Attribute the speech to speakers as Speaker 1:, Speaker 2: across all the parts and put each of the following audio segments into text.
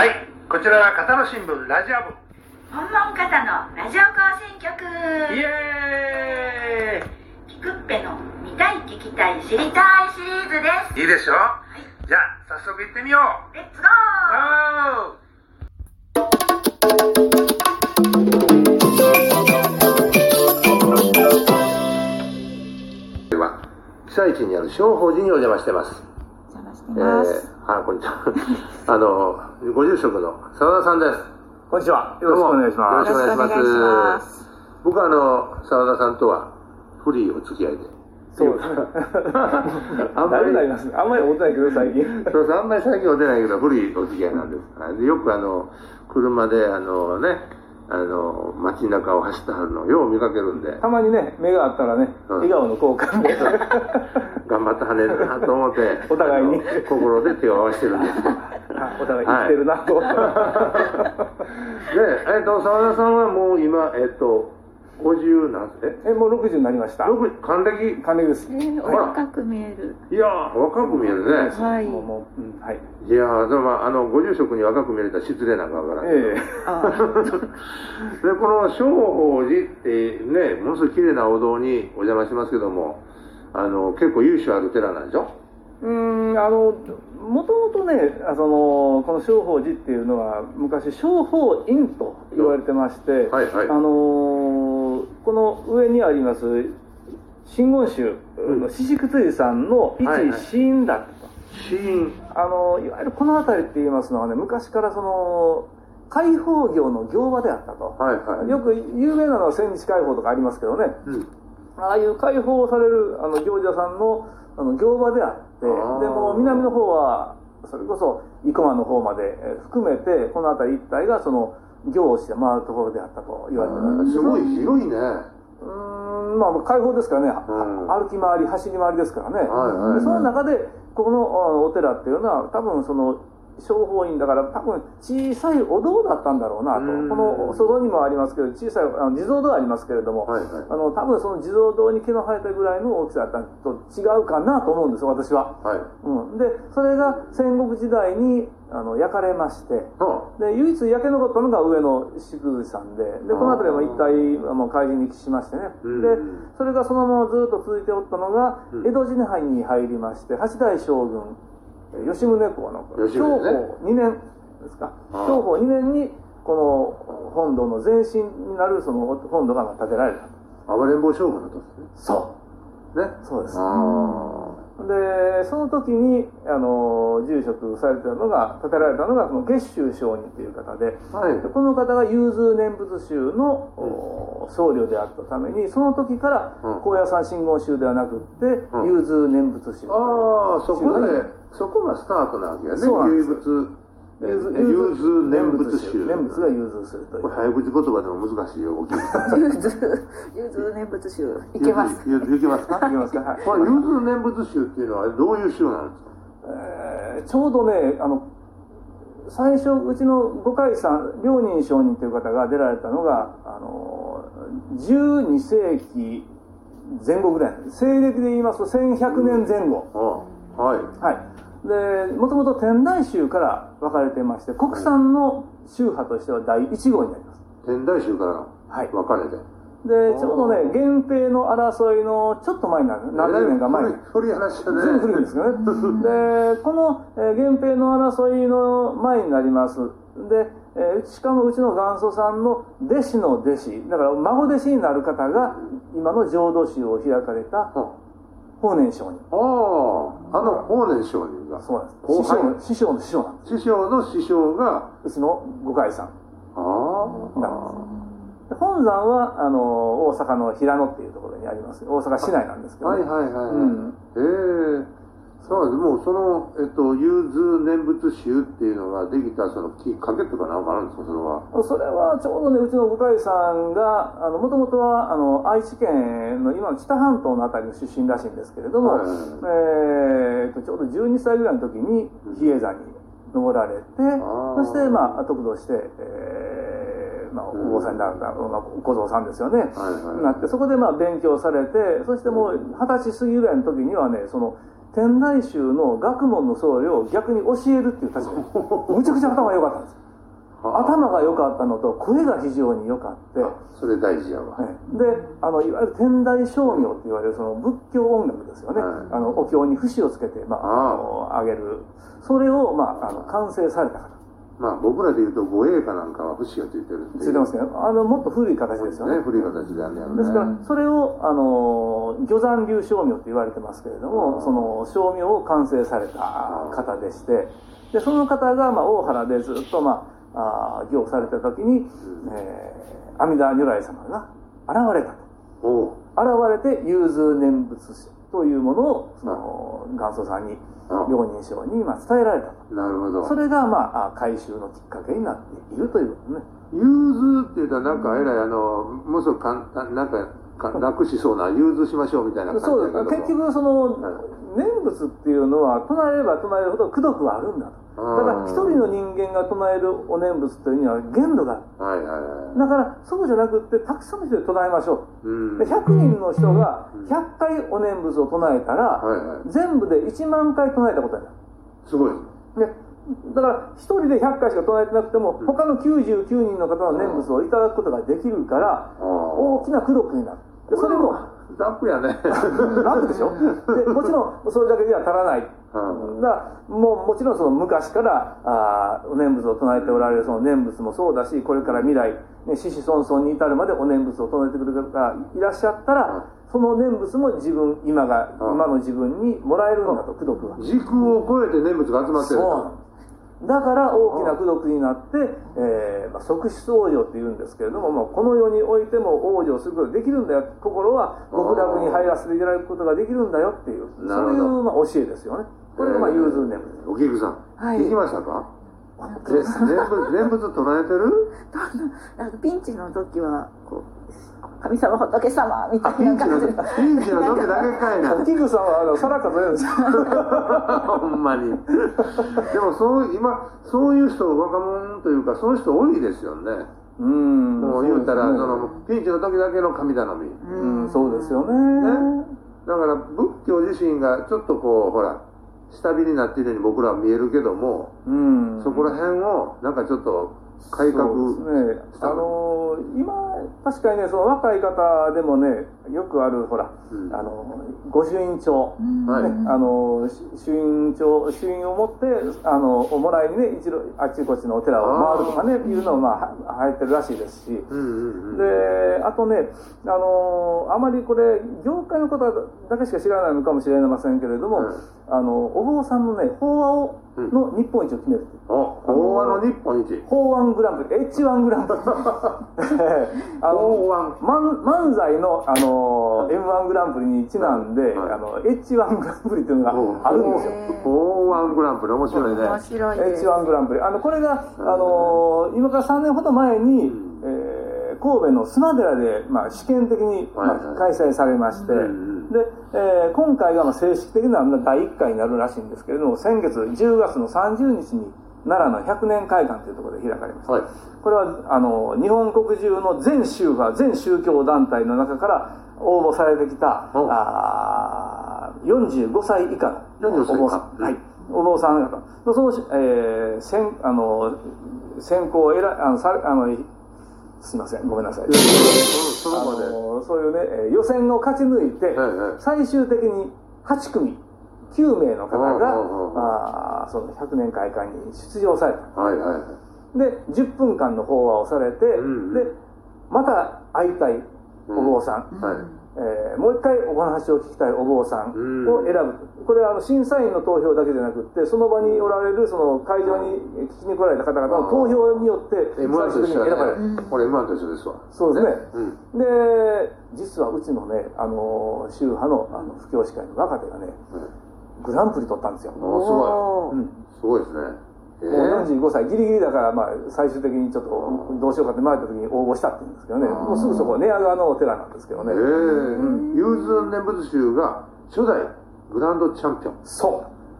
Speaker 1: ちらは片野新聞ラジア部
Speaker 2: 本門方のラジオ更新局
Speaker 1: イエ
Speaker 2: キクッペの見たい聞きたい知りたいシリーズです
Speaker 1: ーイいいでしょ
Speaker 2: はい
Speaker 1: じゃあ早速行ってみよう
Speaker 2: レッツゴー
Speaker 1: お
Speaker 3: では被災地にある商法寺にお邪魔してます。
Speaker 4: 探し
Speaker 3: え
Speaker 4: て
Speaker 3: ー
Speaker 4: ます。、
Speaker 3: あ、こんにちは。 あの、ご住職の澤田さんです。
Speaker 5: こんにちは。よろしくお願いし
Speaker 3: ど
Speaker 5: ます。
Speaker 3: うもよろしくお願いし
Speaker 4: よろしくお願いし
Speaker 3: ま
Speaker 4: ますす。
Speaker 3: 僕はあの、澤田さんとは、古いお付き合いで。
Speaker 5: そうですね。
Speaker 3: あ
Speaker 5: あ
Speaker 3: ん
Speaker 5: ん
Speaker 3: ま
Speaker 5: ま
Speaker 3: り
Speaker 5: りな りますね。あんまり会うてないけど、最近。
Speaker 3: そうそう、あんまり最近は出ないけど、古いお付き合いなんです。はいでよくあの、車で、あのね、あの、街中を走ってはるのをよう見かけるんで、
Speaker 5: たまにね、目があったらね、
Speaker 3: うん
Speaker 5: 笑顔の交 換で。
Speaker 3: 頑張ってはねるなと思って、
Speaker 5: お互い
Speaker 3: あ
Speaker 5: に
Speaker 3: の心で手を合わせてるんです。
Speaker 5: あお互い生きてるなと。
Speaker 3: で、えっと、澤田さんはもう今、えっと、50何歳え
Speaker 5: え、もう60になりま した。
Speaker 3: よく還暦
Speaker 5: 還暦です。
Speaker 4: えー、
Speaker 3: ほら
Speaker 4: 若く見える。
Speaker 3: いやー若く見えるね
Speaker 4: はい
Speaker 5: もう、もう、うん、はい。
Speaker 3: いやーでもまああのご住職に若く見えたら失礼なんかわからんけど、
Speaker 5: え
Speaker 4: あ
Speaker 3: でこの正法寺ってねものすごい綺麗なお堂にお邪魔しますけどもあの結構由緒ある寺なんでしょ
Speaker 5: えうーん、あの、もともとね、あその、この商法寺っていうのは、昔、商法院と言われてまして、
Speaker 3: はいはい
Speaker 5: あのーこの上にあります真言宗
Speaker 3: う
Speaker 5: の宍久辻さんの一
Speaker 3: はいはい
Speaker 5: 死因だと、
Speaker 3: 死因
Speaker 5: あのーいわゆるこの辺りって言いますのはね昔からその開放業の行場であったと、
Speaker 3: はいはい
Speaker 5: よく有名なのは千日開放とかありますけどね
Speaker 3: うん
Speaker 5: ああいう開放されるあの行者さんのあの行場であってで
Speaker 3: あー
Speaker 5: もう南の方はそれこそ生駒の方までえー含めてこの辺り一帯がその行をして回るところであったと言われてる
Speaker 3: あーすごい広いね
Speaker 5: うーんまあ、開放ですからね、
Speaker 3: ん
Speaker 5: 歩き回り、走り回りですからね、
Speaker 3: はいはいはい
Speaker 5: でその中で、ここのあのお寺っていうのは、多分その商法院だから、多分小さいお堂だったんだろうなと、
Speaker 3: うん
Speaker 5: この外にもありますけど、小さいあの地蔵堂ありますけれども、
Speaker 3: はいはい
Speaker 5: あの多分その地蔵堂に毛の生えたぐらいの大きさだったのと違うかなと思うんです、私は。
Speaker 3: はい
Speaker 5: うん、で、それが戦国時代にあの焼かれまして。
Speaker 3: は
Speaker 5: で唯一焼け残ったのが上野志久さんででこの辺りは一帯あの怪人に帰しましてね、
Speaker 3: うん
Speaker 5: でそれがそのままずっと続いておったのが、
Speaker 3: うん
Speaker 5: 江戸時代に入りまして八代将軍え吉宗公の
Speaker 3: 吉宗
Speaker 5: 享保
Speaker 3: ね
Speaker 5: 2年ですか
Speaker 3: ああ
Speaker 5: 享保2年にこの本堂の前身になるその本堂が建てられた
Speaker 3: 暴れん坊将軍のと
Speaker 5: そ
Speaker 3: ねね
Speaker 5: うそうです
Speaker 3: あ
Speaker 5: でその時にあの住職されてたのが建てられたのがその月州上人という方で
Speaker 3: あはい
Speaker 5: この方が融通念仏宗のお僧侶であったためにその時から
Speaker 3: うん
Speaker 5: 高野山真言宗ではなくって
Speaker 3: うん
Speaker 5: 融通念仏宗
Speaker 3: ああそこで
Speaker 5: ね
Speaker 3: そこがスタートなわけやね
Speaker 5: そうなん
Speaker 3: 唯
Speaker 5: で
Speaker 3: 物
Speaker 5: す
Speaker 3: え融通念仏宗
Speaker 5: 念仏が融通するとい
Speaker 3: こ
Speaker 5: う
Speaker 3: れ早口言葉でも難しいよ。
Speaker 4: ー融通融通念仏宗い
Speaker 3: い
Speaker 4: けます。。
Speaker 3: ゆゆいけ ますか。
Speaker 5: いけますかはい
Speaker 3: これ融通念仏宗っていうのはどういう宗なんですか。
Speaker 5: えーちょうどねあの最初うちの五海さん両人上人という方が出られたのがあの12世紀前後ぐらい西暦で言いますと1100年前後、
Speaker 3: ああはい。
Speaker 5: はい、でもともと天台宗から分かれてまして国産の宗派としては第1号になります
Speaker 3: 天台宗から
Speaker 5: はい
Speaker 3: 分かれて。
Speaker 5: でちょうどね源平の争いのちょっと前になる何十年か前に
Speaker 3: 古い古い話だね。
Speaker 5: ずいぶん古いんですけどね でこの、えー源平の争いの前になりますで、えーしかもうちの元祖さんの弟子の弟子だから孫弟子になる方が今の浄土宗を開かれた
Speaker 3: あ
Speaker 5: 法然上人
Speaker 3: ああの法然上人が。
Speaker 5: そうなんです
Speaker 3: 後
Speaker 5: 師匠
Speaker 3: 輩
Speaker 5: の師匠の師匠なんで
Speaker 3: 師匠の師匠が。
Speaker 5: すうちの五海さん
Speaker 3: ああ。
Speaker 5: で本山はあの大阪の平野っていうところにあります大阪市内なんですけど、
Speaker 3: はいはいはい。
Speaker 5: うん
Speaker 3: ええさあでもその、えっと、融通念仏宗っていうのができたそのきっかけとかなんかあるんですかそれは。
Speaker 5: それはちょうどねうちの向井さんがもともとはあの愛知県の今の北半島のあたりの出身らしいんですけれども、
Speaker 3: はいはい
Speaker 5: えーとちょうど12歳ぐらいの時に比叡山に登られて、
Speaker 3: ー
Speaker 5: そしてまあ得度して、えーまあ、
Speaker 3: うん
Speaker 5: お坊さんになった、まあ、小僧さんですよね、
Speaker 3: はい
Speaker 5: なってそこでまあ勉強されてそしてもう二十歳過ぎぐらいの時にはねその天台 宗の学問の僧侶を逆に教えるっていう立場でむちゃくちゃ頭が良かったんですよ頭が良かったのと声が非常に良かって、
Speaker 3: それ大事やわ、
Speaker 5: であのいわゆる天台称名といわれるその仏教音楽ですよね、
Speaker 3: はい
Speaker 5: あのお経に節をつけて、まあ、
Speaker 3: ああ
Speaker 5: あの上げるそれを、まあ、あの完成された方
Speaker 3: まあ僕らで言うと護衛かなんかは節がついてるって
Speaker 5: つ
Speaker 3: い
Speaker 5: いて
Speaker 3: う
Speaker 5: ますけどあのもっと古い形ですよね
Speaker 3: ね古い形であんねやろね
Speaker 5: ですからそれをあの魚山流称名と言われてますけれども、
Speaker 3: うん
Speaker 5: その称名を完成された方でしてでその方が、まあ、大原でずっと、まあ、あー行をされた時に、えー阿弥陀如来様が現れたと。
Speaker 3: おう
Speaker 5: 現れて融通念仏というものをその元祖さんに
Speaker 3: あ
Speaker 5: 明人称にまあ伝えられたと
Speaker 3: なるほど
Speaker 5: それがまああ改修のきっかけになっているということね
Speaker 3: 融通って言ったらなんかえらいあのものすごく簡単なんかか楽しそうな融通しましょうみたいな感じ
Speaker 5: そう
Speaker 3: やけども
Speaker 5: です結局その
Speaker 3: はい
Speaker 5: 念仏っていうのは唱えれば唱えるほど功徳はあるんだと
Speaker 3: うん
Speaker 5: だから一人の人間が唱えるお念仏というには限度がある
Speaker 3: はいはいはい
Speaker 5: だからそうじゃなくってたくさんの人で唱えましょ
Speaker 3: うん
Speaker 5: うで100人の人が
Speaker 3: うん
Speaker 5: 100回お念仏を唱えたら
Speaker 3: はいはい
Speaker 5: 全部で1万回唱えたことになる
Speaker 3: すごい
Speaker 5: ね、だから一人で100回しか唱えてなくても、
Speaker 3: うん
Speaker 5: 他の99人の方の念仏をいただくことができるから、
Speaker 3: ああ
Speaker 5: 大きな功徳になる。でそれも
Speaker 3: 楽やね
Speaker 5: 楽でしょでもちろんそれだけでは足らない。
Speaker 3: うん
Speaker 5: だからもうもちろんその昔からあーお念仏を唱えておられるその念仏もそうだしこれから未来、ね、死死孫孫に至るまでお念仏を唱えてくる方がいらっしゃった
Speaker 3: うん
Speaker 5: らその念仏も自分今が
Speaker 3: うん
Speaker 5: 今の自分にもらえるんだと功徳が。
Speaker 3: 時空を超えて念仏が集まってるんだ
Speaker 5: そうだから大きな功徳になって、えーまあ、即死往生っていうんですけれども、まあ、この世においても往生することができるんだよ心は極楽に入らせていただくことができるんだよっていう
Speaker 3: なる
Speaker 5: そ
Speaker 3: ほど
Speaker 5: ういう、まあ、教えですよねこれがまあ
Speaker 3: えー
Speaker 5: 融通念仏
Speaker 3: お菊さん、
Speaker 4: はい
Speaker 3: 聞きましたか
Speaker 4: なん か
Speaker 3: で念仏念仏唱えてる
Speaker 4: あのピンチの時はこう神様仏様みた
Speaker 3: あピ
Speaker 4: い
Speaker 3: ン
Speaker 4: な
Speaker 3: チの
Speaker 4: 感じ
Speaker 3: 時
Speaker 4: で
Speaker 3: ピンチの時だけかいな
Speaker 5: キングさんはあのさらかと言うんですよ
Speaker 3: ほんまに。でもそう、今、そういう人、若者というか、そういう人多いですよね。
Speaker 5: うん
Speaker 3: もう言うたら、
Speaker 5: そ
Speaker 3: そう
Speaker 5: ですね
Speaker 3: の、ピンチの時だけの神頼み。
Speaker 5: うんそうですよね
Speaker 3: だから、仏教自身がちょっとこう、ほら、下火になっているように僕らは見えるけども、
Speaker 5: うん
Speaker 3: そこら辺を、なんかちょっと、改革。
Speaker 5: そうですね、あのー今確かにねその若い方でもねよくあるほら、
Speaker 3: うん
Speaker 5: あのー御朱印帳、
Speaker 3: はい。
Speaker 5: ねあのーし朱印帳朱印を持ってあのおもらいにね一度あっちこっちのお寺を回るとかねいうのも、まあ、は流行ってるらしいですし、
Speaker 3: うんうんうん。
Speaker 5: であとね、あのーあまりこれ業界のことだけしか知らないのかもしれませんけれども、
Speaker 3: はい
Speaker 5: あのお坊さんのね法話を
Speaker 3: うん
Speaker 5: の日本一を決めるっていう
Speaker 3: お、法話の日本一。
Speaker 5: 法案グランプリ H1 グラ ンプリ あの
Speaker 3: 法案。
Speaker 5: 漫漫才の、あの m 1グランプリにちなんで、
Speaker 3: はい
Speaker 5: あの H1 グランプリっていうのがあるんですよ
Speaker 3: 法案グランプリ、面白いね。
Speaker 4: 面白いです
Speaker 5: H1 グランプリあのこれが、あの今から3年ほど前に、
Speaker 3: うん
Speaker 5: えー神戸のスマデラで、まあ、試験的に、まあ
Speaker 3: はいはい
Speaker 5: 開催されまして、
Speaker 3: うん
Speaker 5: で、えー今回がまあ正式的なまあ第1回になるらしいんですけれども先月10月の30日に奈良の百年会館というところで開かれました
Speaker 3: はい。
Speaker 5: これはあの日本国中の全宗派全宗教団体の中から応募されてきた
Speaker 3: お
Speaker 5: あー45歳以下の
Speaker 3: 45歳以下
Speaker 5: お坊さん、
Speaker 3: うん
Speaker 5: はい、お坊さん方のその、えー、選あの選考を選あのさあのすいませんごめんなさい、
Speaker 3: そ
Speaker 5: あ
Speaker 3: のその場で。
Speaker 5: のそういうねえー予選を勝ち抜いて、
Speaker 3: はいはい
Speaker 5: 最終的に8組9名の方が
Speaker 3: おうおうおうおう
Speaker 5: あーその100年会館に出場された
Speaker 3: はいはいはい。
Speaker 5: で10分間の法話をされて、
Speaker 3: んうん
Speaker 5: でまた会いたいお坊さん、
Speaker 3: はい。
Speaker 5: えーもう一回お話を聞きたいお坊さん
Speaker 3: うん
Speaker 5: を選ぶ、これはあの審査員の投票だけじゃなくってその場におられるその会場に聞きに来られた方々の投票によって最
Speaker 3: M1 と
Speaker 5: 終
Speaker 3: 一
Speaker 5: 的に
Speaker 3: 緒
Speaker 5: 選ばれ
Speaker 3: や
Speaker 5: る、
Speaker 3: ね。これ M1 と一緒ですわ。
Speaker 5: そうですね
Speaker 3: うん。
Speaker 5: で実はうちのねあの宗派のあの布教師会の若手がねグランプリ取ったんですよ、
Speaker 3: お
Speaker 5: うん
Speaker 3: すごい。すごいですね。え
Speaker 5: もう45歳ギリギリだから、まあ、最終的にちょっとどうしようかって迷った時に応募したって言うんですけどねもうすぐそこ寝屋川のお寺なんですけど
Speaker 3: え
Speaker 5: ね、
Speaker 3: ー。ユーズ念仏宗が初代グランドチャンピオン。
Speaker 5: そ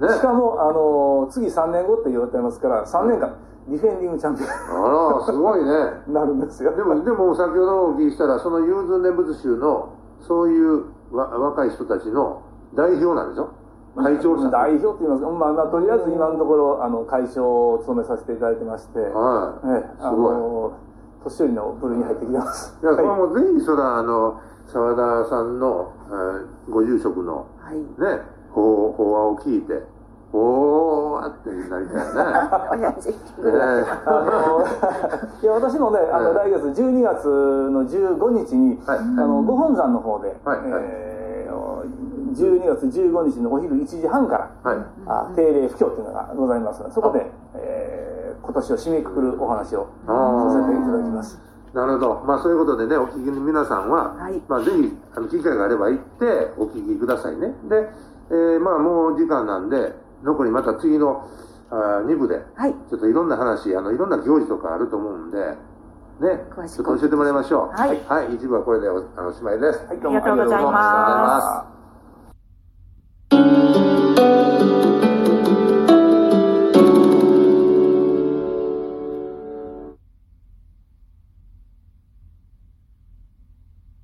Speaker 5: う、
Speaker 3: ね
Speaker 5: しかも、あの次3年後って言われてますから3年間ディフェンディングチャン
Speaker 3: あ
Speaker 5: ピ
Speaker 3: ら、すごいね。
Speaker 5: オンになるんですよ
Speaker 3: でも、でも先ほどお聞きしたら、そのユーズ念仏宗の、そういうわ若い人たちの代表なんでしょ会長さん
Speaker 5: 代表と言いますか、まあまあ、とりあえず今のところあの会長を務めさせていただいてまして、
Speaker 3: はい、
Speaker 5: ええ、あ
Speaker 3: すごい
Speaker 5: の年寄りの部類に入ってきてます。
Speaker 3: いや、それは
Speaker 5: はい
Speaker 3: もうぜひ、それは、あの、沢田さんの、えーご住職の、
Speaker 4: はい。
Speaker 3: ね、法、法話を聞いて、おーってなりたい ね。
Speaker 4: 親父
Speaker 3: ね
Speaker 4: ぐらい。
Speaker 5: あのい や私もね、あの来月12月の15日に、
Speaker 3: はい
Speaker 5: あのご本山の方で、
Speaker 3: はいはい
Speaker 5: えー12月15日のお昼1時半から、
Speaker 3: はい。
Speaker 5: あ定例布教というのがございますのでそこで、えー今年を締めくくるお話を
Speaker 3: あー
Speaker 5: させていただきます。
Speaker 3: なるほど。まあ、そういうことでね、お聞きの皆さんは、
Speaker 4: はい
Speaker 3: まあ、ぜひ、あの、機会があれば行って、お聞きくださいね。で、えーまあ、もう時間なんで、残りまた次の、あ2部で、
Speaker 4: はい。
Speaker 3: ちょっといろんな話、あの、いろんな行事とかあると思うんで、ね、
Speaker 4: 詳しく
Speaker 3: ちょっと教えてもらいましょう。
Speaker 4: はい
Speaker 3: はい、一部はこれでおあのおしまいです。
Speaker 5: はい、
Speaker 4: ありがと
Speaker 3: ありが
Speaker 4: うございます
Speaker 3: とうございます。